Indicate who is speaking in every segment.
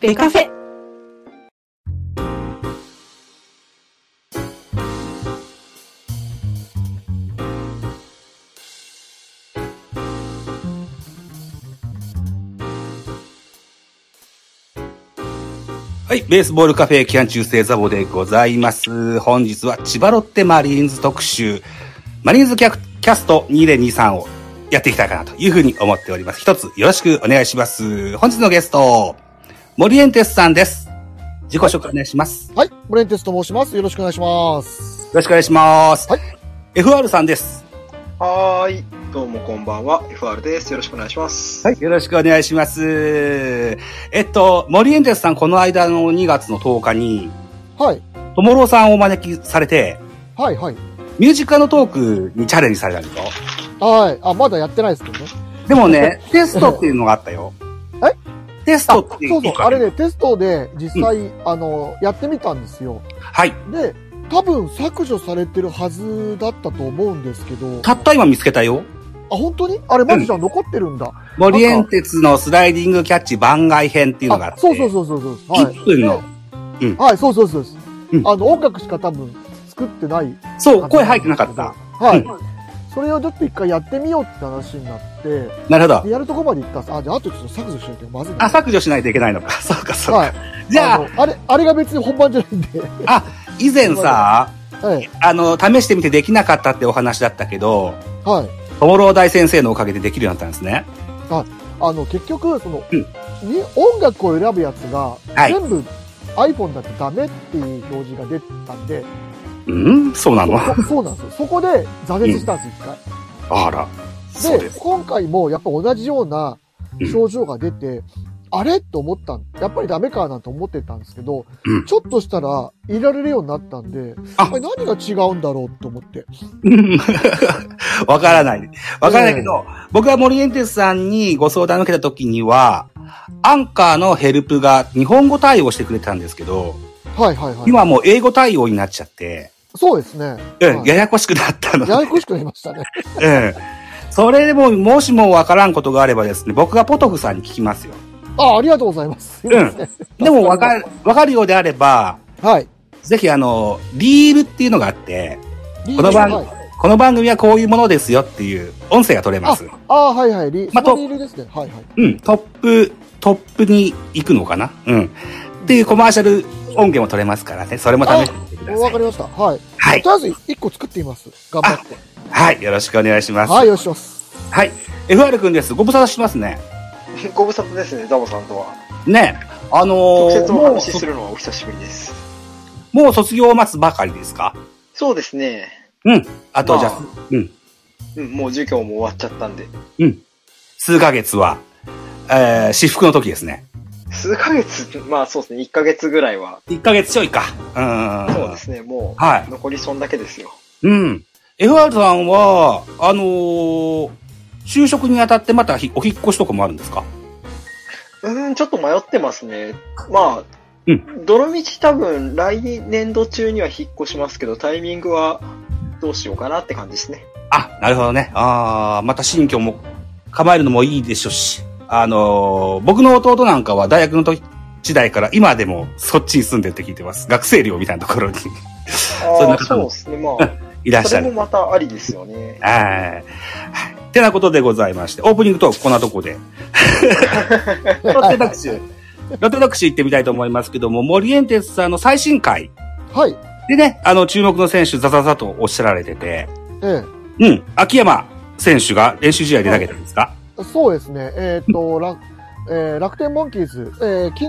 Speaker 1: ベカフェ。
Speaker 2: はい、ベースボールカフェキャン中制ザボでございます。本日は千葉ロッテマリーンズ特集、マリーンズキャキャスト2023をやっていきたいかなというふうに思っております。一つよろしくお願いします。本日のゲスト、森エンテスさんです。自己紹介お願いします。よ
Speaker 3: はい、モレンテスと申します。よろしくお願いします。
Speaker 2: ろしくお願いします。
Speaker 3: はい
Speaker 2: FR さんです。
Speaker 4: はーい。どうもこんばんは。FR です。よろしくお願いします。
Speaker 2: はい。よろしくお願いします。えっと、森エンテスさん、この間の2月の10日に、
Speaker 3: はい、
Speaker 2: ともろうさんをお招きされて、
Speaker 3: はい、はい。
Speaker 2: ミュージカルのトークにチャレンジされたんですよ。
Speaker 3: はい。あ、まだやってないですけどね。
Speaker 2: でもね、 テストっていうのがあったよ。テス
Speaker 3: あ、
Speaker 2: ト
Speaker 3: そ
Speaker 2: って
Speaker 3: う
Speaker 2: いうの
Speaker 3: そう。あれね、テストで実際、あの、やってみたんですよ。
Speaker 2: はい。
Speaker 3: で、多分削除されてるはずだったと思うんですけど。
Speaker 2: たった今見つけたよ。
Speaker 3: あ、本当にあれ、マジじゃん、残ってるんだ。
Speaker 2: モリエンテツのスライディングキャッチ番外編っていうのがあっ
Speaker 3: あ、
Speaker 2: て。
Speaker 3: そうそうそうそうそう。はい。
Speaker 2: 1分の。
Speaker 3: ではい、そうそうそうです。
Speaker 2: うん
Speaker 3: あの、音楽しか多分作ってない
Speaker 2: そう、声入ってなかった。。
Speaker 3: はい。
Speaker 2: う
Speaker 3: それをちょっと一回やってみようって話になって、
Speaker 2: なるほど
Speaker 3: で。やるとこまで行ったんです。あ、じゃあ、あとちょっと削除しなきゃまずいな。
Speaker 2: あ、削除しないといけないのか。 そうか、そうか。
Speaker 3: はい。
Speaker 2: じゃ
Speaker 3: あ
Speaker 2: あ、
Speaker 3: の、あれ、あれが別に本番じゃないん で。
Speaker 2: 以前さ、
Speaker 3: はい。
Speaker 2: あの、試してみてできなかったってお話だったけど、
Speaker 3: はい。
Speaker 2: 友郎大先生のおかげでできるようになったんですね。
Speaker 3: あの、結局、その、
Speaker 2: うん
Speaker 3: に音楽を選ぶやつが、
Speaker 2: はい
Speaker 3: 全部 iPhone だとダメっていう表示が出たんで、
Speaker 2: うんそうなの
Speaker 3: そそうなんですよ。そこで挫折したんです、一回。
Speaker 2: あら。そう
Speaker 3: で
Speaker 2: です。
Speaker 3: 今回もやっぱ同じような症状が出て、あれと思ったんやっぱりダメかなんて思ってたんですけど、
Speaker 2: うん
Speaker 3: ちょっとしたらいられるようになったんで、
Speaker 2: あ
Speaker 3: あれ何が違うんだろうと思って。
Speaker 2: うんわからない。わからないけど、僕は森エンテスさんにご相談を受けた時には、アンカーのヘルプが日本語対応してくれたんですけど、
Speaker 3: はいはいはい。
Speaker 2: 今もう英語対応になっちゃって、
Speaker 3: そうですね。
Speaker 2: うん、
Speaker 3: はい
Speaker 2: ややこしくなったの。
Speaker 3: ややこしくなりましたね。
Speaker 2: うん。それでも、もしもわからんことがあればですね、僕がポトフさんに聞きますよ。
Speaker 3: あ、ありがとうございます。すいません
Speaker 2: でもわかる、わかるようであれば、
Speaker 3: はい。
Speaker 2: ぜひあの、リールっていうのがあって、
Speaker 3: リ
Speaker 2: この番
Speaker 3: はい
Speaker 2: この番組はこういうものですよっていう音声が取れます。
Speaker 3: あー、はいはい。リ、
Speaker 2: まあ
Speaker 3: そのリールですね。はいはい。
Speaker 2: うん、トップ、トップに行くのかなうん。っていうコマーシャル音源も取れますからね。それも試してみてくださ
Speaker 3: わ
Speaker 2: い
Speaker 3: か。りました。はい。
Speaker 2: はい
Speaker 3: と。りあえず一個作ってみます。頑張って。
Speaker 2: はい。よろしくお願いします。は。
Speaker 3: はいい、よしよし。
Speaker 2: FR くんです。ご無沙汰してますね。
Speaker 4: ご無沙汰ですね、ザボさんとは。
Speaker 2: ね。あの
Speaker 4: 直
Speaker 2: ー
Speaker 4: 接お
Speaker 2: もう
Speaker 4: 話しするのはお久しぶりです。
Speaker 2: そ、もう卒業を待つばかりですか
Speaker 4: そうですね。
Speaker 2: あと、
Speaker 4: まあ
Speaker 2: じゃあ、うん。
Speaker 4: うん、もう授業も終わっちゃったんで。
Speaker 2: 数ヶ月は、えー、私服の時ですね。
Speaker 4: 数ヶ月、まあそうですね、1ヶ月ぐらいは。
Speaker 2: 1ヶ月ちょいか。うん。
Speaker 4: そうですね、も
Speaker 2: は
Speaker 4: う、残りそんだけですよ。
Speaker 2: い。うん。FR さんは、あのー就職にあたってまたひお引っ越しとかもあるんですか
Speaker 4: うーん、ちょっと迷ってますね。まあ、
Speaker 2: う
Speaker 4: 泥道多分来年度中には引っ越しますけど、タイミングはどうしようかなって感じですね。
Speaker 2: あ、なるほどね。ああ、また新居も構えるのもいいでしょうし。あのー僕の弟なんかは大学の時時代から今でもそっちに住んでるって聞いてます。学生寮みたいなところにん
Speaker 4: あ
Speaker 2: な
Speaker 4: あ、
Speaker 2: 方
Speaker 4: そう
Speaker 2: も
Speaker 4: ですね、まあ、
Speaker 2: いらっし
Speaker 4: そ
Speaker 2: ゃ
Speaker 4: れも
Speaker 2: る。
Speaker 4: またありですよ ね。
Speaker 2: はい。ってなことでございまして、オープニングトークこんなとこで。ロッテ特集。ロッテ特集行ってみたいと思いますけども、森エンテスさんの最新回
Speaker 3: はい。
Speaker 2: でね、あの注目の選手ザザザとおっしゃられてて、
Speaker 3: え
Speaker 2: うん、秋山選手が練習試合で投げたんですか
Speaker 3: え。そうですね。えーっと、 楽、えー楽天モンキーズ、えー昨日、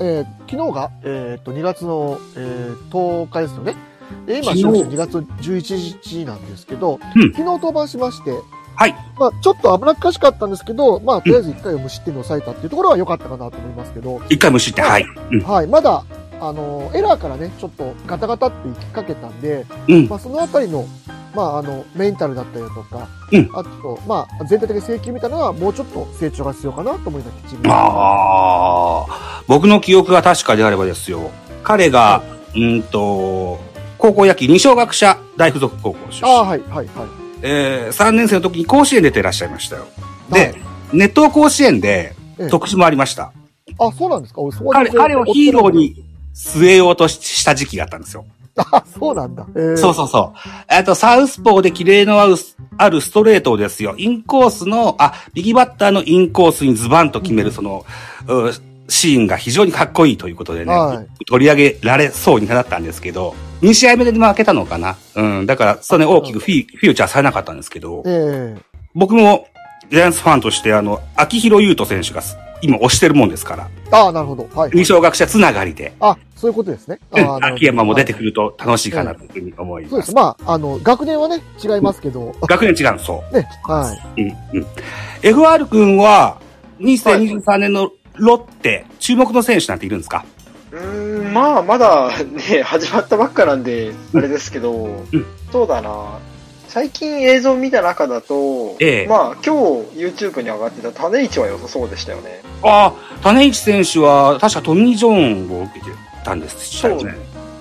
Speaker 3: えー昨日が、えーっと、2月の、えー10日ですよね。で今、
Speaker 2: 昨日
Speaker 3: 収録して2月11日なんですけど、
Speaker 2: うん
Speaker 3: 昨日登板しまして、
Speaker 2: はい。
Speaker 3: まあ、ちょっと危なっかしかったんですけど、まあ、とりあえず1回を無失点に抑えたっていうところは良かったかなと思いますけど、
Speaker 2: 一回無視って、はい。うん。
Speaker 3: はい、まだ、あの、エラーからね、ちょっとガタガタって行きかけたんで、
Speaker 2: うん
Speaker 3: ま。あ、そのあたりの、まあ、あの、メンタルだったりだとか、
Speaker 2: うん
Speaker 3: あと、まあ、全体的に請求みたいなのは、もうちょっと成長が必要かなと思います、チーム
Speaker 2: ああ、僕の記憶が確かであればですよ。彼が、うーんと、高校野球二小学者大附属高校出
Speaker 3: あ
Speaker 2: 身
Speaker 3: あ、はい、はい、は
Speaker 2: えー、3年生の時に甲子園出てらっしゃいましたよ。
Speaker 3: い。
Speaker 2: で、熱湯甲子園で
Speaker 3: ええ
Speaker 2: 特集もありました。
Speaker 3: あ、そうなんですか俺、そこは
Speaker 2: 彼
Speaker 3: 全然
Speaker 2: 彼をヒーローに据えようとしした時期があったんですよ。
Speaker 3: あ、そうなんだ。えー
Speaker 2: そうそうそう。えっと、サウスポーで綺麗のあるあるストレートをですよ、インコースの、あ、右バッターのインコースにズバンと決める、その、うシーンが非常にかっこいいということでね、
Speaker 3: はい
Speaker 2: 取り上げられそうになったんですけど、2試合目で負けたのかな。うん、だから、それ大きくフィフューチャーされなかったんですけど、
Speaker 3: え
Speaker 2: 僕もジャイアンツファンとして、あの、秋広優斗選手が今推してるもんですから、
Speaker 3: えああ、なるほど。はい。
Speaker 2: 二小学者つながりで、
Speaker 3: あ、そういうことですね。あ
Speaker 2: う
Speaker 3: ーなるほ
Speaker 2: ん
Speaker 3: ど
Speaker 2: 秋山も出てくると楽しいかなというふうに思い
Speaker 3: そう
Speaker 2: ま。
Speaker 3: ですす。まあ、あの、学年はね、違いますけど、
Speaker 2: 学年違うんです、そう。
Speaker 3: ね、はい。
Speaker 2: うんうん。FR 君は、2023年のロッテ、注目の選手なんているんですか
Speaker 4: うーん、まあ、まだね、始まったばっかなんで、あれですけど、そうだな。最近映像見た中だと、
Speaker 2: ええ
Speaker 4: まあ、今日 YouTube に上がってた種市は良さそうでしたよね。
Speaker 2: ああ、種市選手は、確かトミー・ジョーンを受けてたんですよね。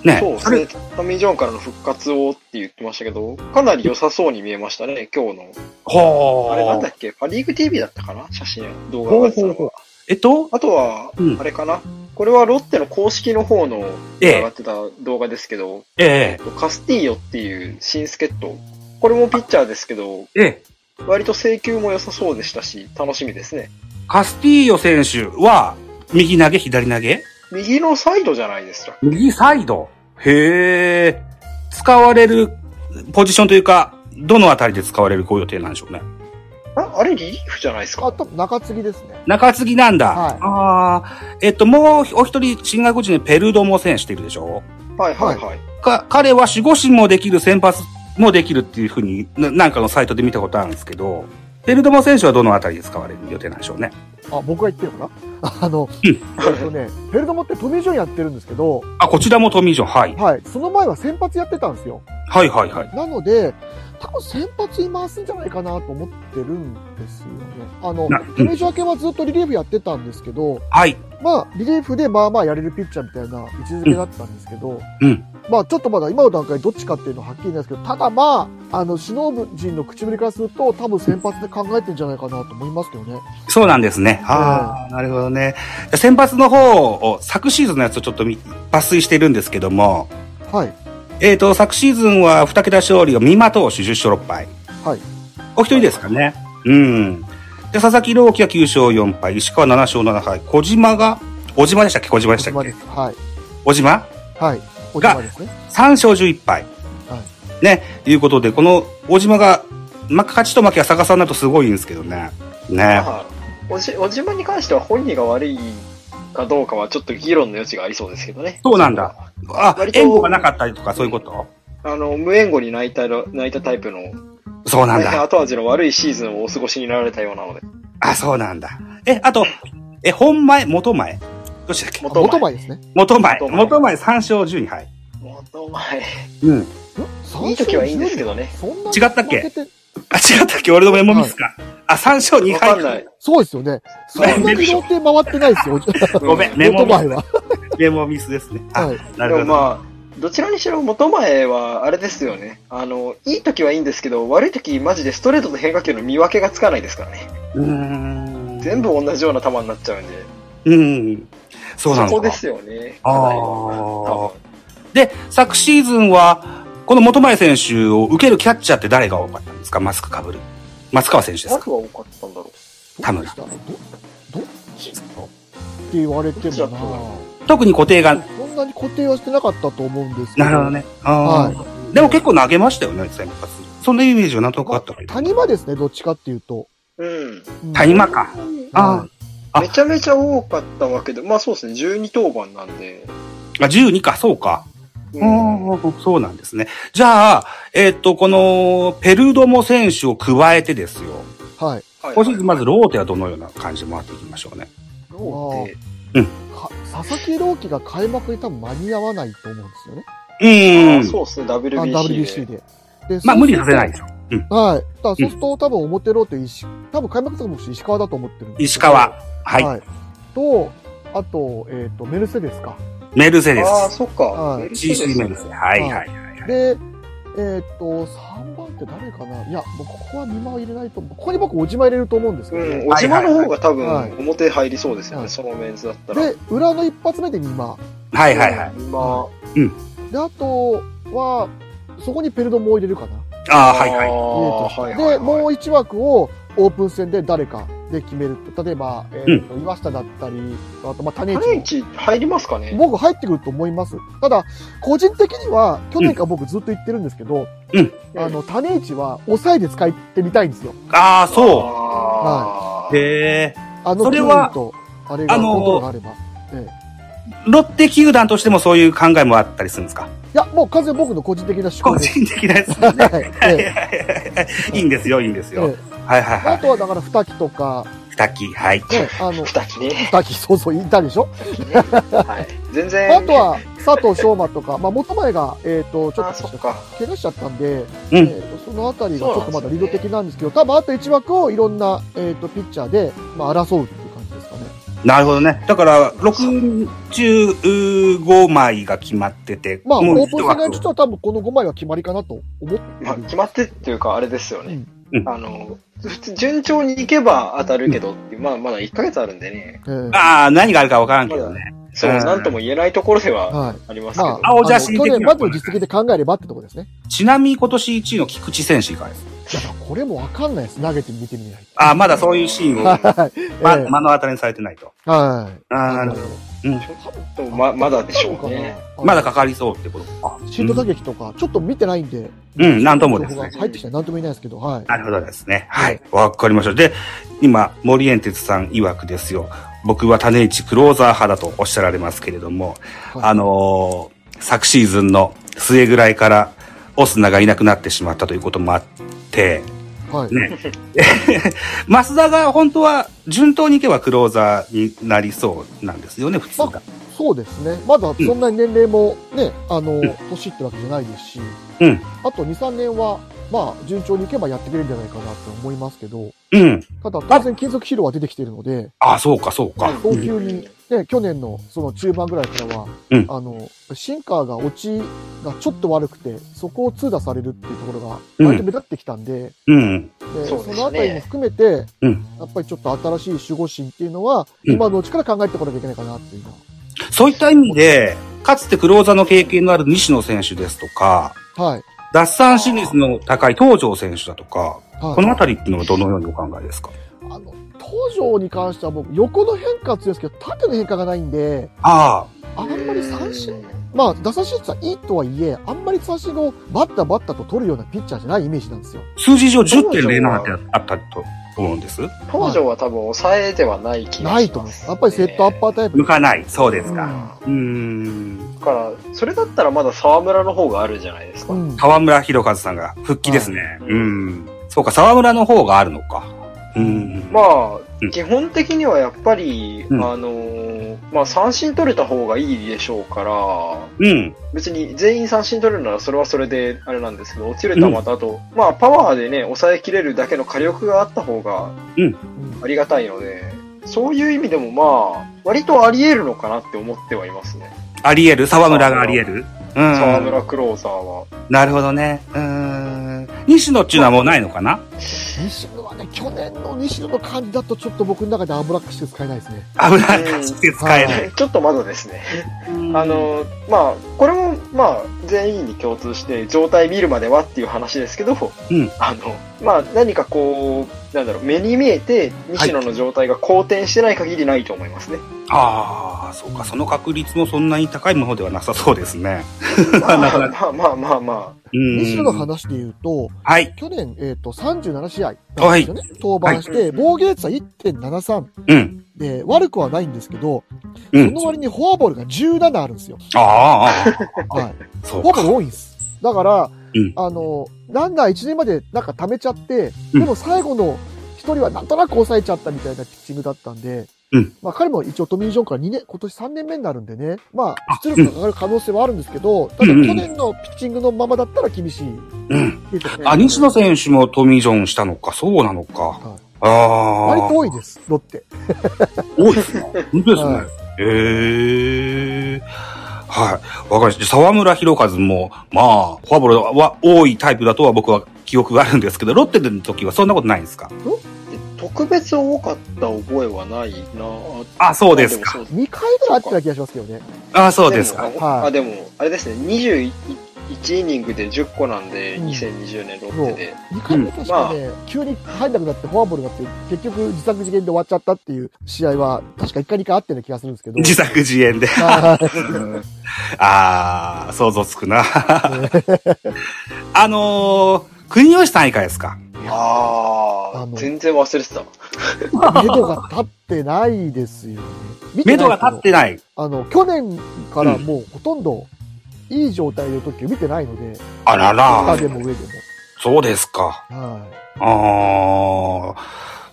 Speaker 2: ね。
Speaker 4: そうです
Speaker 2: あれ
Speaker 4: ね。タミー・ジョンからの復活をって言ってましたけど、かなり良さそうに見えましたね、今日の。
Speaker 2: ほ
Speaker 4: あれなんだ
Speaker 2: ー
Speaker 4: っけパリーグ TV だったかな写真、動画があったの
Speaker 3: ほうほう
Speaker 4: は。
Speaker 2: えっと、
Speaker 4: あとは
Speaker 2: うん、
Speaker 4: あれかな、これはロッテの公式の方の
Speaker 2: え
Speaker 4: 上が
Speaker 2: え、
Speaker 4: ってた動画ですけど、
Speaker 2: え
Speaker 4: カスティーヨっていう新助っ人。これもピッチャーですけど、
Speaker 2: え、ええ。
Speaker 4: 割と請求も良さそうでしたし、楽しみですね。
Speaker 2: カスティーヨ選手は、右投げ、左投げ
Speaker 4: 右のサイドじゃないですか。
Speaker 2: 右サイド。へえ。使われるポジションというか、どのあたりで使われるご予定なんでしょうね。
Speaker 4: ああれリリーフじゃないです
Speaker 3: あ、
Speaker 4: か。
Speaker 3: 多分中継ぎですね。
Speaker 2: 中継ぎなんだ。
Speaker 3: はい
Speaker 2: ああ、えっと、もうお一人、新外国人のペルドモ選手っているでしょ
Speaker 4: はいはいはい。
Speaker 2: か、彼は守護神もできる、先発もできるっていうふうにな、なんかのサイトで見たことあるんですけど、ペルドモ選手はどのあたりで使われる予定なんでしょうね。
Speaker 3: あ、僕が言ってるのかな あの、
Speaker 2: うん
Speaker 3: えっとね、フェルドモってトミー・ジョンやってるんですけど、
Speaker 2: あ、こちらもトミージョン。はい。
Speaker 3: はい。その前は先発やってたんですよ。
Speaker 2: はいはいはい。
Speaker 3: なので、多分先発に回すんじゃないかなと思ってるんですよね。あの
Speaker 2: な、
Speaker 3: トミー・ジョン明けはずっとリリーフやってたんですけど、
Speaker 2: はい。
Speaker 3: まあ、リリーフでまあまあやれるピッチャーみたいな位置づけだったんですけど、
Speaker 2: うん
Speaker 3: まあ、ちょっとまだ今の段階どっちかっていうのははっきり言えないですけど、ただまあ、あの、首脳陣の口ぶりからすると、多分先発で考えてんじゃないかなと思いますけどね。
Speaker 2: そうなんですね。ああ、なるほどね。先発の方を、昨シーズンのやつをちょっと見抜粋してるんですけども、
Speaker 3: はい。
Speaker 2: えっ、と、昨シーズンは二桁勝利を三馬投手10勝6敗。
Speaker 3: はい。
Speaker 2: お一人ですかね。うん。で、佐々木朗希が9勝4敗、石川7勝7敗、小島が、小島でしたっけ小島でしたっ
Speaker 3: で
Speaker 2: け
Speaker 3: す。はい。
Speaker 2: 小島
Speaker 3: はい。おじまですね。
Speaker 2: ?3 勝11敗。
Speaker 3: は
Speaker 2: ね、いうことで、この小島が、ま、勝ちと負けが逆さになるとすごいんですけどね。ね。
Speaker 4: まあ、おじ、おじまに関しては本人が悪いかどうかはちょっと議論の余地がありそうですけどね。
Speaker 2: そうなんだ。あ、
Speaker 4: 割と
Speaker 2: 援護がなかったりとかそういうこと
Speaker 4: あの、無援護に泣いたら、泣いたタイプの、
Speaker 2: そうなん
Speaker 4: 大変
Speaker 2: だ。
Speaker 4: 後味の悪いシーズンをお過ごしになられたようなので。
Speaker 2: あ、そうなんだ。え、あと、え、本前、元前。どっちだっけ
Speaker 4: 元前
Speaker 3: 元前ですね。
Speaker 2: 元前。
Speaker 4: 元前
Speaker 2: 元前3勝12敗。
Speaker 4: 元前。
Speaker 2: うん。
Speaker 3: ん
Speaker 4: いい時はいいんですけどね。
Speaker 3: そんな
Speaker 2: 違ったっけ
Speaker 3: 負けて
Speaker 2: あ、違ったっけ俺のメモミスか。あ、3勝2
Speaker 4: わ
Speaker 2: 敗。
Speaker 4: かんない。
Speaker 3: そうですよね。そんなに両手回ってないですよ。
Speaker 2: ごめん、 メモ
Speaker 3: 元
Speaker 2: ミス。
Speaker 3: 前は。
Speaker 2: メモミスですね。あ、
Speaker 3: はい。
Speaker 2: な
Speaker 4: で
Speaker 2: るほ
Speaker 4: も
Speaker 2: ど。
Speaker 4: まあ、どちらにしろ元前は、あれですよね。あの、いい時はいいんですけど、悪い時マジでストレートと変化球の見分けがつかないですからね。
Speaker 2: うーん。
Speaker 4: 全部同じような球になっちゃうんで。
Speaker 2: うん。そうなん
Speaker 4: そこで
Speaker 2: だ。
Speaker 4: すよね。
Speaker 2: あー
Speaker 4: 課題は
Speaker 2: で、昨シーズンは、この元前選手を受けるキャッチャーって誰が多かったんですかマスクかぶる。松川選手で
Speaker 4: 多
Speaker 2: す
Speaker 4: 分
Speaker 2: か
Speaker 4: 誰が多かったんだろ
Speaker 2: 田村
Speaker 3: どどっちって言われてもな
Speaker 2: 特に固定が。
Speaker 3: そんなに固定はしてなかったと思うんですけど。
Speaker 2: なるほどね。あーでも結構投げましたよね、先発。そんなイメージはなんとなくあったけど。
Speaker 3: 谷間ですね、どっちかっていうと。
Speaker 4: う。うん。
Speaker 3: うん
Speaker 2: 谷間か。あーあ
Speaker 4: めちゃめちゃ多かったわけで、まあそうですね、12登板なんで。
Speaker 2: あ、12か、そうか。
Speaker 4: うん。
Speaker 2: おーそうなんですね。じゃあ、えっ、と、この、ペルドモ選手を加えてですよ。
Speaker 3: はい。
Speaker 4: はい
Speaker 2: 今シーズンまずローテはどのような感じで回っていきましょうね。
Speaker 4: ローテ
Speaker 3: か佐々木朗希が開幕に多分間に合わないと思うんですよね。
Speaker 2: う
Speaker 4: あ
Speaker 2: ー
Speaker 4: ー
Speaker 2: ん。
Speaker 4: そうですね、
Speaker 3: あ
Speaker 4: WBC
Speaker 3: WBC
Speaker 4: で。
Speaker 3: で。で
Speaker 2: まあ無理させないでしょ。
Speaker 3: はい。だからそうすると、多分表ローテ石、多分開幕とかも石川だと思ってるんです
Speaker 2: 石
Speaker 3: けど
Speaker 2: 川。はい。
Speaker 3: と、あと、えっ、と、メルセデスか。
Speaker 2: メルセデ
Speaker 4: ああ、
Speaker 2: ス。
Speaker 4: そっか。
Speaker 3: はい
Speaker 2: CC メルセデス。はいはいはい。
Speaker 3: で、えっ、と、3番って誰かないや、もうここは見間を入れないと、ここに僕、小島入れると思うんですけど、
Speaker 4: うん、小島の方が多
Speaker 3: はい
Speaker 4: 分表入りそうですよ
Speaker 3: は
Speaker 4: ね、
Speaker 3: い
Speaker 4: そのメンズだったら。
Speaker 3: で、裏の一発目で見間。
Speaker 2: はいはいはい。
Speaker 4: 今、
Speaker 3: で、あとは、そこにペルドモを入れるかな。
Speaker 2: ああ、はいはい。
Speaker 3: 入れ
Speaker 4: い
Speaker 3: と
Speaker 4: はい
Speaker 3: して
Speaker 4: はい。
Speaker 3: で、もう1枠をオープン戦で誰かで決めると。例えば、えっ、と、岩下だったり、あと、まあ、種市も
Speaker 4: 種市入りますかね
Speaker 3: 僕入ってくると思います。ただ、個人的には、去年から僕ずっと言ってるんですけど、
Speaker 2: うん
Speaker 3: あの、種市は抑えで使ってみたいんですよ。
Speaker 2: ああ、そ
Speaker 4: あ
Speaker 2: う。
Speaker 4: ー
Speaker 2: へえ。
Speaker 3: あの、
Speaker 2: それは
Speaker 3: キーンと、あれが、
Speaker 2: あのー
Speaker 3: ことがあれば。い
Speaker 2: ロッテ球団としてもそういう考えもあったりするんですか
Speaker 3: や、もう完全に僕の個人的な思考
Speaker 2: 個
Speaker 3: です。
Speaker 2: 人的なやつ ですね。
Speaker 3: はいええ
Speaker 2: いいんですよ、いいんですよ。
Speaker 3: ええ
Speaker 2: はいはいは
Speaker 3: あ
Speaker 2: い。
Speaker 3: とは、だから、二木とか、
Speaker 2: 二木、はい。
Speaker 3: ね、あの、
Speaker 4: 二人 ね。
Speaker 3: 二木、そうそう、いたでしょ
Speaker 4: はい。全然。
Speaker 3: あとは、佐藤昌磨とか、まあ、元前が、えっ、と、ちょ
Speaker 4: あー、
Speaker 3: っ
Speaker 4: そっ
Speaker 3: と、
Speaker 4: か。
Speaker 3: 怪我しちゃったんで、
Speaker 2: うん
Speaker 3: えーとそのあたりがちょっとまだリード的なんですけど、多分あと1枠をいろんな、えー、とピッチャーで、まあ、争うっていう感じですかね。
Speaker 2: なるほどね。だから、65枚が決まってて、
Speaker 3: まあ、オ
Speaker 2: もう
Speaker 3: ープ
Speaker 2: 一
Speaker 3: ン戦が
Speaker 2: 枠
Speaker 3: ちょっ。と多分この5枚は決まりかなと思って
Speaker 4: まあ、
Speaker 3: る。
Speaker 4: 決まってっていうか、あれですよね。
Speaker 2: うん
Speaker 4: あの、普通、順調にいけば当たるけどっていう、まあ、まだ1ヶ月あるんでね。
Speaker 3: えー
Speaker 2: ああ、何があるかわからんけどね。
Speaker 4: そう、
Speaker 2: うん
Speaker 4: なんとも言えないところでは
Speaker 3: はい。
Speaker 4: ありますけ
Speaker 3: ま
Speaker 4: ど。
Speaker 3: あ、
Speaker 2: 青写
Speaker 3: あ
Speaker 2: 真
Speaker 3: の去
Speaker 2: 的な
Speaker 3: 年までの実績で考えればってとこですね。
Speaker 2: ちなみに今年1位の菊池選手以外です。
Speaker 3: いや、これもわかんないです。投げて見てみないと。
Speaker 2: ああ、まだそういうシーンを、
Speaker 3: はい。え
Speaker 2: ま、
Speaker 3: ー
Speaker 2: 目の当たりにされてないと。あ
Speaker 3: はい。
Speaker 2: あ、なるほど。うん。
Speaker 4: でもままだでし
Speaker 3: そ
Speaker 4: ょ
Speaker 3: う
Speaker 4: う
Speaker 3: か
Speaker 4: ね。
Speaker 3: な。
Speaker 2: まだ
Speaker 3: か。
Speaker 2: かかりそうってことか。
Speaker 3: シート打撃とか、ちょっと見てないんで。
Speaker 2: うんなんともですね
Speaker 3: 情報が入ってきたらなんとも言えないですけど、はい。
Speaker 2: なるほどですね。はい。わかりました。で、今、森エンテツさん曰くですよ。僕は種市クローザー派だとおっしゃられますけれども、
Speaker 3: はい
Speaker 2: あのー昨シーズンの末ぐらいから、オスナがいなくなってしまったということもあって、
Speaker 3: はい。
Speaker 2: ね増田が本当は順当にいけばクローザーになりそうなんですよね、普通が。
Speaker 3: そうですね。まだそんなに年齢もね、あの、年ってわけじゃないですし、
Speaker 2: うん
Speaker 3: あと2、3年は、まあ、順調にいけばやってくれるんじゃないかなと思いますけど、
Speaker 2: うん。
Speaker 3: ただ、当然金属疲労は出てきているので、
Speaker 2: ああ、そうか、そうか。
Speaker 3: 早急に、ね、去年のその中盤ぐらいからは、
Speaker 2: うん
Speaker 3: あの、シンカーが落ちがちょっと悪くて、そこを痛打されるっていうところが、
Speaker 2: うん
Speaker 3: 割と目立ってきたんで、
Speaker 2: うん。
Speaker 3: で
Speaker 4: そ
Speaker 3: そう
Speaker 4: ですね
Speaker 3: のあたりも含めて、
Speaker 2: うん
Speaker 3: やっぱりちょっと新しい守護神っていうのは、
Speaker 2: うん
Speaker 3: 今のうちから考えてこなきゃいけないかなっていうの
Speaker 2: そういった意味で、かつてクローザーの経験のある西野選手ですとか、
Speaker 3: は、はい。
Speaker 2: 奪三振率の高い東條選手だとか、
Speaker 3: はい
Speaker 2: このあたりっていうのはどのようにお考えですか
Speaker 3: あの東條に関しては僕横の変化は強いですけど縦の変化がないんで
Speaker 2: あ
Speaker 3: あんまり三振
Speaker 4: うん
Speaker 3: まあ打三振率はいいとはいえあんまり三振をバッタバッタと取るようなピッチャーじゃないイメージなんですよ
Speaker 2: あ、数字上10.07ってあったと思うんです。
Speaker 4: 東条は多分抑えではない気がします、
Speaker 3: ないと思いますやっぱりセットアッパータイプ
Speaker 2: 抜かない。そうです
Speaker 3: う
Speaker 2: か。
Speaker 3: ん
Speaker 2: うーん。
Speaker 4: だから、それだったらまだ沢村の方があるじゃないですか。
Speaker 3: うん
Speaker 2: 河村博和さんが復帰ですね。
Speaker 4: はいう
Speaker 2: ーん。そうか、沢村の方があるのか。うーん。
Speaker 4: まあ、
Speaker 2: うん
Speaker 4: 基本的にはやっぱり、
Speaker 2: うん
Speaker 4: あのーまあ三振取れた方がいいでしょうから、
Speaker 2: うん。
Speaker 4: 別に全員三振取れるならそれはそれであれなんですけど、落ちる球とあと、まあパワーでね、抑えきれるだけの火力があった方が
Speaker 3: うん
Speaker 4: ありがたいので、そういう意味でもまあ、割とあり得るのかなって思ってはいますね。
Speaker 2: あり得る沢村があり得るうん。
Speaker 4: 沢村クローザーは。
Speaker 2: なるほどね。うーん。西野っていうのはもうないのかな
Speaker 3: 西野はね去年の西野の感じだとちょっと僕の中でアンブラックしか使えないですね
Speaker 2: 危ない感じで使えない。
Speaker 4: ちょっとまだですね。
Speaker 2: うん
Speaker 4: あ、のまあこれもまあ全員に共通して状態見るまではっていう話ですけど、
Speaker 2: うん
Speaker 4: あのまあ何かこうなんだろう目に見えて西野の状態が好転してない限りないと思いますね。
Speaker 2: ああ、そうか、その確率もそんなに高いものではなさそうですね。
Speaker 4: ま あ
Speaker 2: なかな
Speaker 4: まあまあまあま
Speaker 2: うん
Speaker 3: 西野の話で言うと
Speaker 2: はい。
Speaker 3: 去年、えー、と37試合なんですよね、登板して、
Speaker 4: はい
Speaker 3: 防御率は1.73
Speaker 2: うん。
Speaker 3: で悪くはないんですけど、
Speaker 2: う
Speaker 3: そ
Speaker 2: ん。
Speaker 3: の割にフォアボールが17あるんですよ、
Speaker 2: ああああ、
Speaker 3: はい、
Speaker 2: そう
Speaker 3: フォアボー
Speaker 2: か。
Speaker 3: ル多いんです。だから、
Speaker 2: うん
Speaker 3: あの、ランナー一塁までなんか溜めちゃって、
Speaker 2: うん
Speaker 3: でも最後の一人はなんとなく抑えちゃったみたいなピッチングだったんで、
Speaker 2: うん
Speaker 3: まあ彼も一応トミー・ジョンから2年、今年3年目になるんでね、まあ出力が上がる可能性はあるんですけど、ただ去年のピッチングのままだったら厳しい。
Speaker 2: うん。
Speaker 3: っていうところ
Speaker 2: あ、西野選手もトミー・ジョンしたのか、そうなのか。
Speaker 3: はい
Speaker 2: ああ。
Speaker 3: 割と多いです、ロッテ。
Speaker 2: 多いですね。本当ですね
Speaker 3: は
Speaker 2: へ
Speaker 3: い。
Speaker 2: え。はい。わかりました。沢村博和も、まあ、フォアボールは多いタイプだとは僕は記憶があるんですけど、ロッテでの時はそんなことないんですか
Speaker 4: 特別多かった覚えはないな
Speaker 2: あ、そうですか。
Speaker 4: あもそう
Speaker 3: 2回ぐらいあってた気がしますけどね。
Speaker 2: あ、そうですか。
Speaker 4: も
Speaker 3: はい
Speaker 4: あ、でも、あれですね、21イニングで10個なんで、
Speaker 3: うん
Speaker 4: 2020年ロッテで。
Speaker 3: 2回目確かね、急に入んなくなってフォアボールがあって、結局自作自演で終わっちゃったっていう試合は、確か1回2回あったような気がするんですけど。
Speaker 2: 自作自演で。
Speaker 3: はい
Speaker 2: ああ、想像つくな。 あのー、国吉さんいかがですか
Speaker 4: あ
Speaker 3: あ
Speaker 4: あ
Speaker 3: の、
Speaker 4: 全然忘れてた。
Speaker 3: 目処が立ってないですよね。
Speaker 2: 目処が立ってない。
Speaker 3: あの、去年からもうほとんどいい状態の時を見てないので、
Speaker 2: あら
Speaker 3: 下
Speaker 2: ら、
Speaker 3: でも上で
Speaker 2: そうですか。
Speaker 3: も。はい。
Speaker 2: ああ、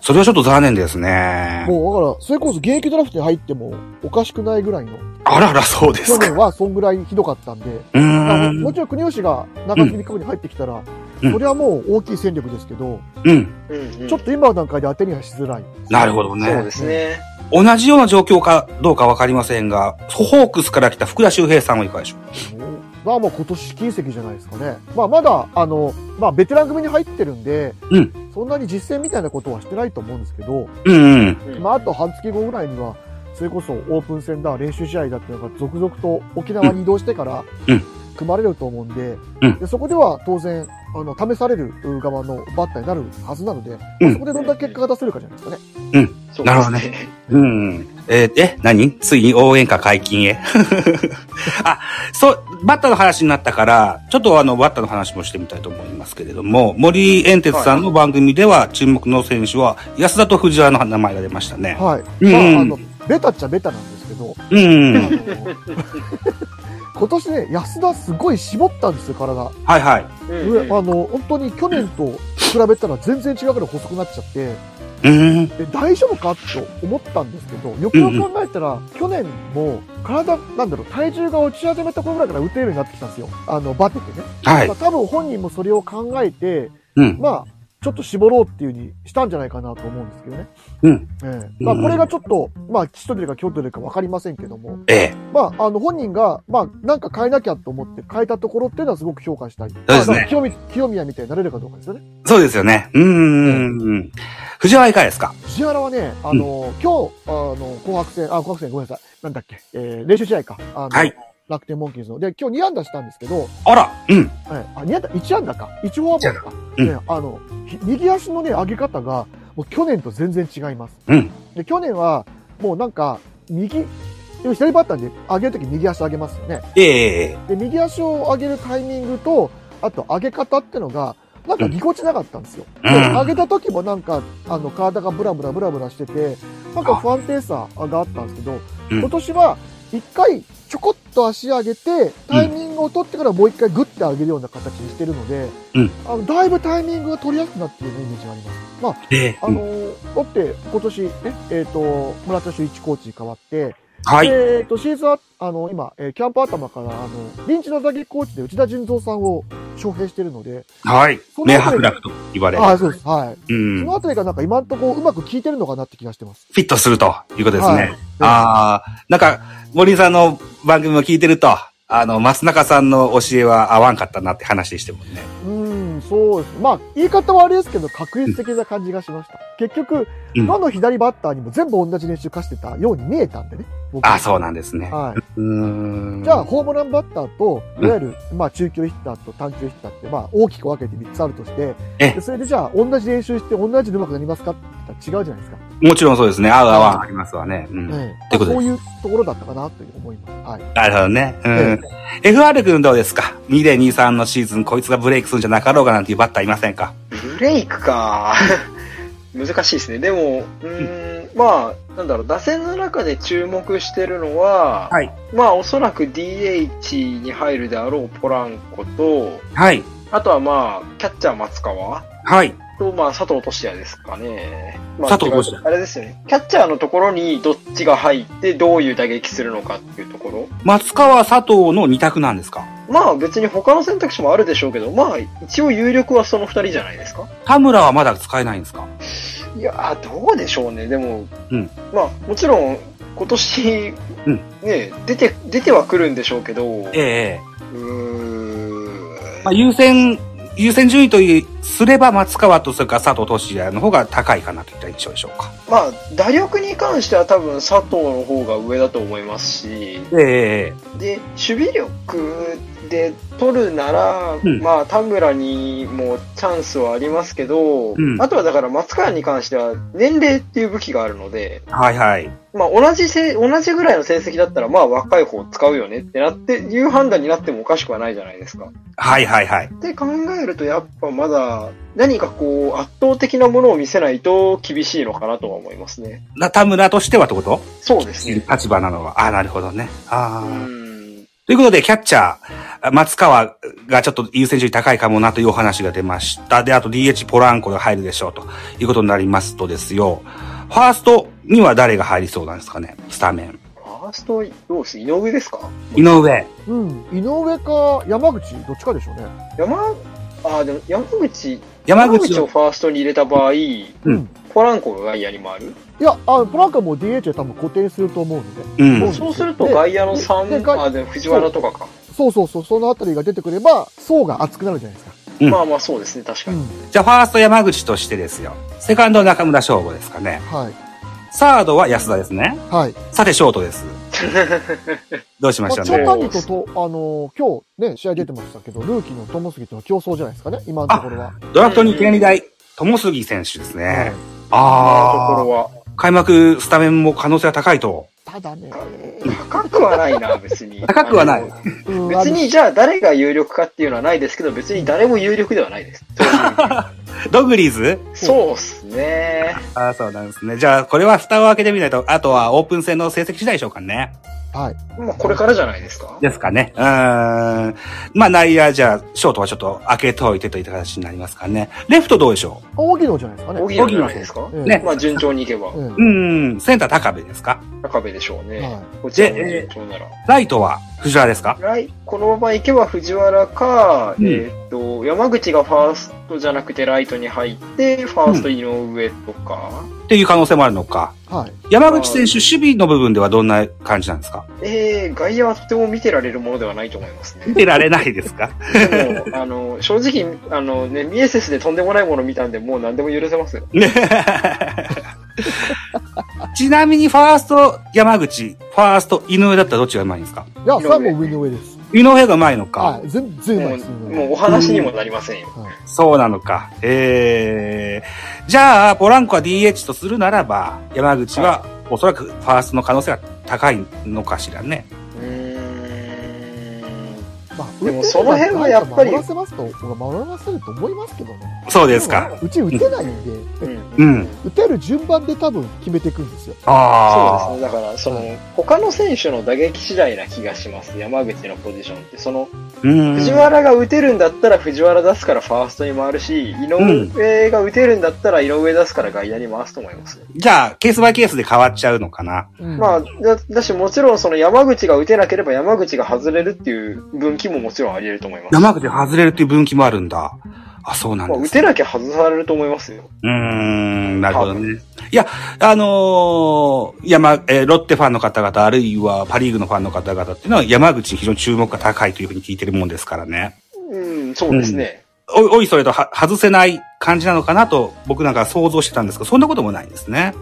Speaker 2: それはちょっと残念ですね。
Speaker 3: もうだから、それこそ現役ドラフトに入ってもおかしくないぐらいの、
Speaker 2: あらら、そうです
Speaker 3: 去
Speaker 2: か。
Speaker 3: 年はそんぐらいひどかったんで、
Speaker 2: う
Speaker 3: あの
Speaker 2: ーん。
Speaker 3: もちろん国吉が中継ぎ区に入ってきたら、
Speaker 2: うん
Speaker 3: それはもう大きい戦力ですけど、
Speaker 2: うん。
Speaker 4: うん、うん。
Speaker 3: ちょっと今の段階で当てにはしづらい。
Speaker 2: なるほど
Speaker 4: そう
Speaker 2: ね
Speaker 4: で。すね。
Speaker 2: 同じような状況かどうかわかりませんが、ホークスから来た福田周平さんはいかがでしょう
Speaker 3: まあもう今年金石じゃないですかね。まあまだ、あの、まあベテラン組に入ってるんで、
Speaker 2: う
Speaker 3: そんなに実践みたいなことはしてないと思うんですけど、
Speaker 2: うんうん。
Speaker 4: うん
Speaker 3: まああと半月後ぐらいには、それこそオープン戦だ、練習試合だっていうのが続々と沖縄に移動してから
Speaker 2: うん、
Speaker 3: 組まれると思うんで、
Speaker 2: うん
Speaker 3: でそこでは当然、あの、試される側のバッターになるはずなので、
Speaker 2: うん
Speaker 3: そこでどんな結果が出せるかじゃないですかね。
Speaker 4: そうです
Speaker 2: なるほど
Speaker 4: ね。
Speaker 2: うん。えーえ、何ついに応援歌解禁へ。 あ、そう、バッターの話になったから、ちょっとあの、バッターの話もしてみたいと思いますけれども、森遠哲さんの番組では、注目の選手は、安田と藤原の名前が出ましたね。
Speaker 3: はい。
Speaker 2: うん
Speaker 3: まあ、あの、ベタっちゃベタなんですけど、
Speaker 2: うん。
Speaker 3: あの今年ね、安田すごい絞ったんですよ、体。
Speaker 2: はいはい。
Speaker 4: うん
Speaker 3: 上
Speaker 4: うん
Speaker 3: あの、本当に去年と比べたら全然違うぐらい細くなっちゃって、
Speaker 2: うん。
Speaker 3: で大丈夫かと思ったんですけど、よくよく考えたら、去年も体、なんだろう、体重が落ち始めた頃ぐらいから打てるようになってきたんですよ。あの、バテてね。
Speaker 2: はい
Speaker 3: まあ、。多分本人もそれを考えて、
Speaker 2: うん。
Speaker 3: まあ、ちょっと絞ろうっていうふうにしたんじゃないかなと思うんですけどね。
Speaker 2: うん。
Speaker 3: ええまあ、これがちょっと、まあ、吉と出るか京都出るか分かりませんけども、
Speaker 2: ええ。
Speaker 3: まあ、あの、本人が、まあ、なんか変えなきゃと思って変えたところっていうのはすごく評価したい。そう
Speaker 2: ですね
Speaker 3: 清宮清宮みたいになれるかどうかですよね。
Speaker 2: そうですよね。うん。藤原いかがですか
Speaker 3: 藤原はね、あの、今日、あの、紅白戦、あ、紅白戦ごめんなさい。なんだっけ、えー、練習試合か。あの、
Speaker 2: はい
Speaker 3: 楽天モンキーズの。で、今日2安打したんですけど、
Speaker 2: あら。うん。
Speaker 3: はい、あ、2安打、1安打か。1フォアボールか。
Speaker 2: うん
Speaker 3: ね、あの、ひ右足のね、上げ方が、もう去年と全然違います。
Speaker 2: うん
Speaker 3: で、去年は、もうなんか、右、左バッターで上げるとき右足上げますよね。
Speaker 2: えええ
Speaker 3: で、右足を上げるタイミングと、あと上げ方ってのが、なんかぎこちなかったんですよ。
Speaker 2: うん
Speaker 3: で上げた時もなんか、あの、体がブラブラブラブラしてて、なんか不安定さがあったんですけど、
Speaker 2: うん
Speaker 3: 今年は一回ちょこっと足上げて、タイミングを取ってからもう一回グッて上げるような形にしてるので、
Speaker 2: うん
Speaker 3: あのだいぶタイミングが取りやすくなっているイメージがあります。まあ、
Speaker 2: えええ
Speaker 3: あのだって今年ね、えっ、と、村田修一コーチに変わって、
Speaker 2: はい。
Speaker 3: えっ、と、シーズンあ、あの、今、えーキャンプ頭から、あの、臨時の打撃コーチで内田純三さんを招聘してるので、
Speaker 2: はい。
Speaker 3: その
Speaker 2: 明
Speaker 3: あた
Speaker 2: 白
Speaker 3: りが
Speaker 2: 楽と言われる。
Speaker 3: ああ、そうです。はい。
Speaker 2: うん。
Speaker 3: そのあたりがなんか今んとこうまく効いてるのかなって気がしてます。
Speaker 2: フィットするということですね。
Speaker 3: はい
Speaker 2: ああ、なんか、森さんの番組を聞いてると、あの、松中さんの教えは合わんかったなって話でしてもんね。
Speaker 3: うーん、そうです。まあ、言い方はあれですけど、確率的な感じがしました。結局、
Speaker 2: うん
Speaker 3: どの左バッターにも全部同じ練習化してたように見えたんでね。僕
Speaker 2: ああ、そうなんですね。
Speaker 3: はい。
Speaker 2: うーん。
Speaker 3: じゃあ、、ホームランバッターと、いわゆる、まあ、中級ヒッターと短級ヒッターって、まあ、大きく分けて3つあるとして、
Speaker 2: ええ
Speaker 3: でそれでじゃあ、同じ練習して、同じで上手くなりますかって言ったら違うじゃないですか。
Speaker 2: もちろんそうですね。合う合わんありますわね。うん。
Speaker 3: え
Speaker 2: てこ
Speaker 3: え
Speaker 2: とで
Speaker 3: そういうところだったかなという思います。はい。
Speaker 2: なるほどね。うん。
Speaker 3: え
Speaker 2: FR 君どうですか ?2023 のシーズン、こいつがブレイクするんじゃなかろうかなんていうバッターいませんか
Speaker 4: ブレイクか。 難しいですね。でも、うーん、まあ、なんだろう、打線の中で注目してるのは、
Speaker 2: はい
Speaker 4: まあ、おそらく DH に入るであろうポランコと、
Speaker 2: はい。
Speaker 4: あとはまあ、キャッチャー松川
Speaker 2: はい。
Speaker 4: と、まあ、佐藤俊也ですかね。まあ、
Speaker 2: 佐藤俊也
Speaker 4: あれですよね。キャッチャーのところにどっちが入って、どういう打撃するのかっていうところ。
Speaker 2: 松川佐藤の二択なんですか
Speaker 4: まあ、別に他の選択肢もあるでしょうけど、まあ、一応有力はその二人じゃないですか。
Speaker 2: 田村はまだ使えないんですか
Speaker 4: いやー、どうでしょうね。でも、
Speaker 2: うん
Speaker 4: まあ、もちろん、今年、
Speaker 2: うん
Speaker 4: ね、出て、出ては来るんでしょうけど、
Speaker 2: ええええ
Speaker 4: うーん。
Speaker 2: まあ、優先、優先順位といすれば松川とそれから佐藤俊也の方が高いかなといった印象でしょうか。
Speaker 4: まあ、打力に関しては多分佐藤の方が上だと思いますし、
Speaker 2: ええ
Speaker 4: で、守備力で取るなら、
Speaker 2: ん
Speaker 4: まあ、田村にもチャンスはありますけど、
Speaker 2: うん
Speaker 4: あとはだから松川に関しては年齢っていう武器があるので、
Speaker 2: はいはい。
Speaker 4: まあ、同じせ、同じぐらいの成績だったら、まあ、若い方を使うよねってなって、いう判断になってもおかしくはないじゃないですか。
Speaker 2: はいはいはい。
Speaker 4: って考えると、やっぱまだ、何かこう、圧倒的なものを見せないと厳しいのかなとは思いますね。
Speaker 2: な田村としてはってこと
Speaker 4: そうですね。
Speaker 2: 立場なのは。ああ、なるほどね。あ
Speaker 4: う
Speaker 2: あ。
Speaker 4: ん。
Speaker 2: ということで、キャッチャー、松川がちょっと優先順位高いかもなというお話が出ました。で、あと DH ポランコが入るでしょうということになりますとですよ。ファーストには誰が入りそうなんですかねスタメン。
Speaker 4: ファースト、どうです井上ですか
Speaker 2: 井上。
Speaker 3: うん。井上か山口、どっちかでしょうね。
Speaker 4: 山、あ、でも山口、
Speaker 2: 山
Speaker 4: 山
Speaker 2: 口
Speaker 4: 口を
Speaker 2: を。
Speaker 4: ファーストに入れた場合、
Speaker 2: うん
Speaker 4: ポランコが外野に回る。
Speaker 3: いや、あポランカも DH で多分固定すると思うので。
Speaker 2: うん。
Speaker 3: も
Speaker 4: そうすると外野の
Speaker 3: でで
Speaker 4: 3、
Speaker 3: 外
Speaker 4: あ、でも藤原とかか。
Speaker 3: そうそうそう、そのあたりが出てくれば、層が厚くなるじゃないですか。
Speaker 2: うん
Speaker 4: まあまあそうですね、確か
Speaker 3: う
Speaker 4: に。
Speaker 3: ん。
Speaker 2: じゃあ、ファースト山口としてですよ。セカンド中村翔吾ですかね。
Speaker 3: はい。
Speaker 2: サードは安田ですね。
Speaker 3: はい。
Speaker 2: さて、ショートです。どうしま
Speaker 3: ま
Speaker 2: し
Speaker 3: あ、
Speaker 2: た
Speaker 3: 長
Speaker 2: ね。
Speaker 3: 谷とと、あのー今日ね、試合出てましたけど、ルーキーの友杉との競争じゃないですかね、今のところは。
Speaker 2: ドラフトにいきなり大、友杉選手です
Speaker 3: は
Speaker 2: ね
Speaker 3: い。
Speaker 4: 今の とこ
Speaker 2: ああ。
Speaker 4: ろは。
Speaker 2: 開幕スタメンも可能性は高いと。
Speaker 3: ただね、
Speaker 4: 高くはないな、別に。
Speaker 2: 高くはない
Speaker 3: うん
Speaker 4: 別に、じゃあ誰が有力かっていうのはないですけど、別に誰も有力ではな いです。
Speaker 2: ドグリーズ
Speaker 4: そうっすね。
Speaker 2: ああ、そうなんですね。じゃあ、これは蓋を開けてみないと、あとはオープン戦の成績次第でしょうかね。
Speaker 3: はい。
Speaker 4: まあこれからじゃないですか。
Speaker 2: ですかね。うーん。まあ、内野、じゃあ、ショートはちょっと開けておいてといった形になりますかね。レフトどうでしょ
Speaker 3: 荻野じゃないですかね。
Speaker 4: 荻野じゃないですか。
Speaker 3: ええ
Speaker 2: ね
Speaker 4: まあ順調にいけば
Speaker 3: え、え
Speaker 2: ううーん。センター高部ですか
Speaker 4: 高部でしょうね
Speaker 3: は。
Speaker 4: こちらも順調なら。
Speaker 2: ライトは藤原ですか
Speaker 4: 来このまま行けば藤原か、
Speaker 2: うん
Speaker 4: えーっと、山口がファーストじゃなくてライトに入って、ファースト井上とか、
Speaker 2: っていう可能性もあるのか。
Speaker 3: はい。
Speaker 2: 山口選手、守備の部分ではどんな感じなんですか
Speaker 4: えー、外野はとても見てられるものではないと思いますね。
Speaker 2: 出られないですか
Speaker 4: でも、あの、正直、あのね、ミエセスでとんでもないもの見たんで、もう何でも許せますよ。
Speaker 2: ちなみに、ファースト山口、ファースト井上だったらどっちがうまいんですか
Speaker 3: いや、最後上の上です。
Speaker 2: 井上がうまいのか。
Speaker 3: はい。全然うまい
Speaker 4: もう
Speaker 3: です。
Speaker 4: もうお話にもなりませんよ。
Speaker 3: はい。
Speaker 2: そうなのか。えー、じゃあ、ポランコは DH とするならば、山口はおそらくファーストの可能性が高いのかしらね。
Speaker 4: うーん。
Speaker 3: まあ、
Speaker 4: でもその辺はやっぱり
Speaker 3: 守らせますと、守らせると思いますけどね。
Speaker 2: そうですか。
Speaker 3: うち打てないんで、
Speaker 2: う
Speaker 4: うんん。
Speaker 3: 打てる順番で多分決めていくんですよ。
Speaker 2: あ
Speaker 4: そ
Speaker 2: あ、
Speaker 4: うですね。だから、その、他の選手の打撃次第な気がします。山口のポジションって。その、
Speaker 2: うん。
Speaker 4: 藤原が打てるんだったら藤原出すからファーストに回るし、井上が打てるんだったら井上出すから外野に回すと思います。
Speaker 2: じゃあ、ケースバイケースで変わっちゃうのかな。
Speaker 3: うん
Speaker 4: まあ、だだしもちろんその山口が打てなければ山口が外れるっていう分岐ももちろんあり得ると思います。
Speaker 2: 山口外れるっていう分岐もあるんだ。あ、そうなん
Speaker 4: まあ、
Speaker 2: で
Speaker 4: 打
Speaker 2: すね。
Speaker 4: てなきゃ外されると思いますよ。
Speaker 2: うーん、なるほどね。いや、あのー山、えーロッテファンの方々、あるいはパリーグのファンの方々っていうのは山口に非常に注目が高いというふうに聞いてるもんですからね。
Speaker 4: うん、そうですね。
Speaker 2: おおいそれとは外せない感じなのかなと僕なんか想像してたんですけど、そんなこともないんですね。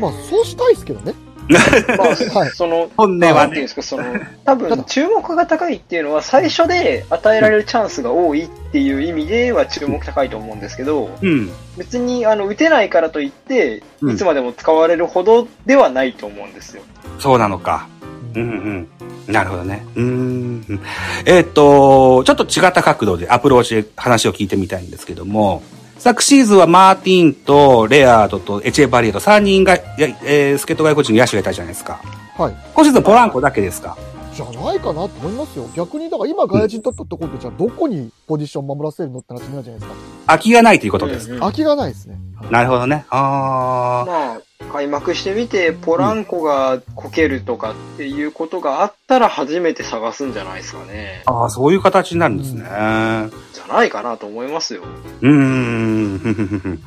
Speaker 3: まあ、そうしたいですけどね。
Speaker 4: まあ、
Speaker 3: はい
Speaker 4: その、
Speaker 2: 本音
Speaker 4: な
Speaker 2: は
Speaker 4: んてい
Speaker 2: ね。
Speaker 4: うんですか、その、多
Speaker 3: た
Speaker 4: 分
Speaker 3: だ
Speaker 4: 注目が高いっていうのは、最初で与えられるチャンスが多いっていう意味では注目高いと思うんですけど、
Speaker 2: うん。
Speaker 4: 別に、あの、打てないからといって、
Speaker 2: うん
Speaker 4: いつまでも使われるほどではないと思うんですよ。
Speaker 2: そうなのか。うんうん。なるほどね。うーん。えーっと、ちょっと違った角度でアプローチで話を聞いてみたいんですけども、昨シーズンはマーティンとレアードとエチェバリエと3人が、やえー、スケート外国人の野手がいたじゃないですか。
Speaker 3: はい。
Speaker 2: 今シーズンポランコだけですか。
Speaker 3: じゃないかなと思いますよ。逆に、だから今外人取ったところで、じゃあどこにポジション守らせるのって話になるじゃないですか。
Speaker 2: 空きがないということです。
Speaker 4: うんうん
Speaker 3: 空きがないですね。
Speaker 2: なるほどね。ああ。
Speaker 4: まあ、開幕してみて、ポランコがこけるとかっていうことがあったら初めて探すんじゃないですかね。
Speaker 2: ああ、そういう形になるんですね。
Speaker 4: じゃないかなと思いますよ。
Speaker 2: うーん。ふふふふ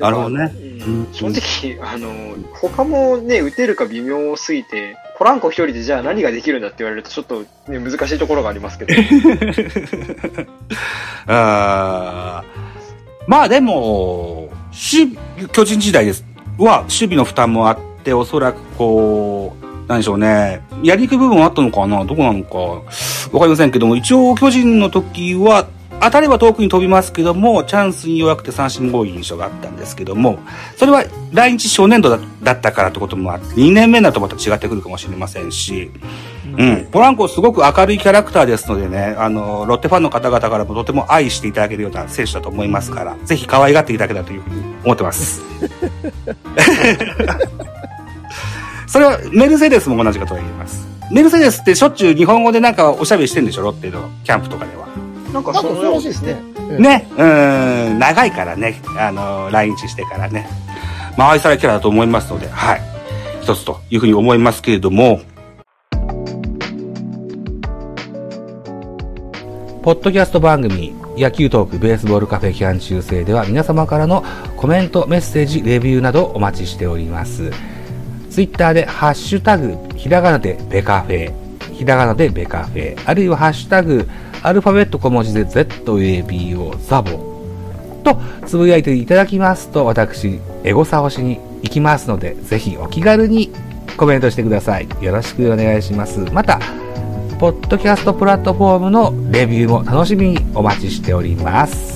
Speaker 2: なるほどね。
Speaker 4: うん。正直、あの、他もね、打てるか微妙すぎて、ポランコ一人でじゃあ何ができるんだって言われるとちょっと、ね、難しいところがありま すけど。
Speaker 2: あーまあでも、守備巨人時代です。は、守備の負担もあって、おそらくこう、なんでしょうね。やりにくい部分はあったのかなどこなのか。わかりませんけども、一応巨人の時は、当たれば遠くに飛びますけども、チャンスに弱くて三振も多い印象があったんですけども、それは来日少年度だだったからってこともあって、2年目になるとまた違ってくるかもしれませんし、うん、ポランコすごく明るいキャラクターですのでね、あの、ロッテファンの方々からもとても愛していただけるような選手だと思いますから、ぜひ可愛がっていただけたらというふうに思ってます。それはメルセデスも同じことが言えます。メルセデスってしょっちゅう日本語でなんかおしゃべりしてるんでしょロッテのキャンプとかでは。
Speaker 4: なんか
Speaker 3: なんか
Speaker 4: そ
Speaker 3: そう
Speaker 4: のよ
Speaker 3: ら
Speaker 4: う
Speaker 3: しい
Speaker 4: で
Speaker 3: ですすね
Speaker 4: ね。。
Speaker 3: ええ
Speaker 2: ね、うーん、長いからね、あの、来日してからね。まあ、愛されキャラだと思いますので、はい。一つというふうに思いますけれども、ポッドキャスト番組、野球トークベースボールカフェ批判修正では皆様からのコメント、メッセージ、レビューなどお待ちしております。ツイッターで、ハッシュタグ、ひらがなでベカフェ、ひらがなでベカフェ、あるいはハッシュタグ、アルファベット小文字で ZABO ザボとつぶやいていただきますと、私、エゴサしに行きますので、ぜひお気軽にコメントしてください。よろしくお願いします。また、ポッドキャストプラットフォームのレビューも楽しみにお待ちしております。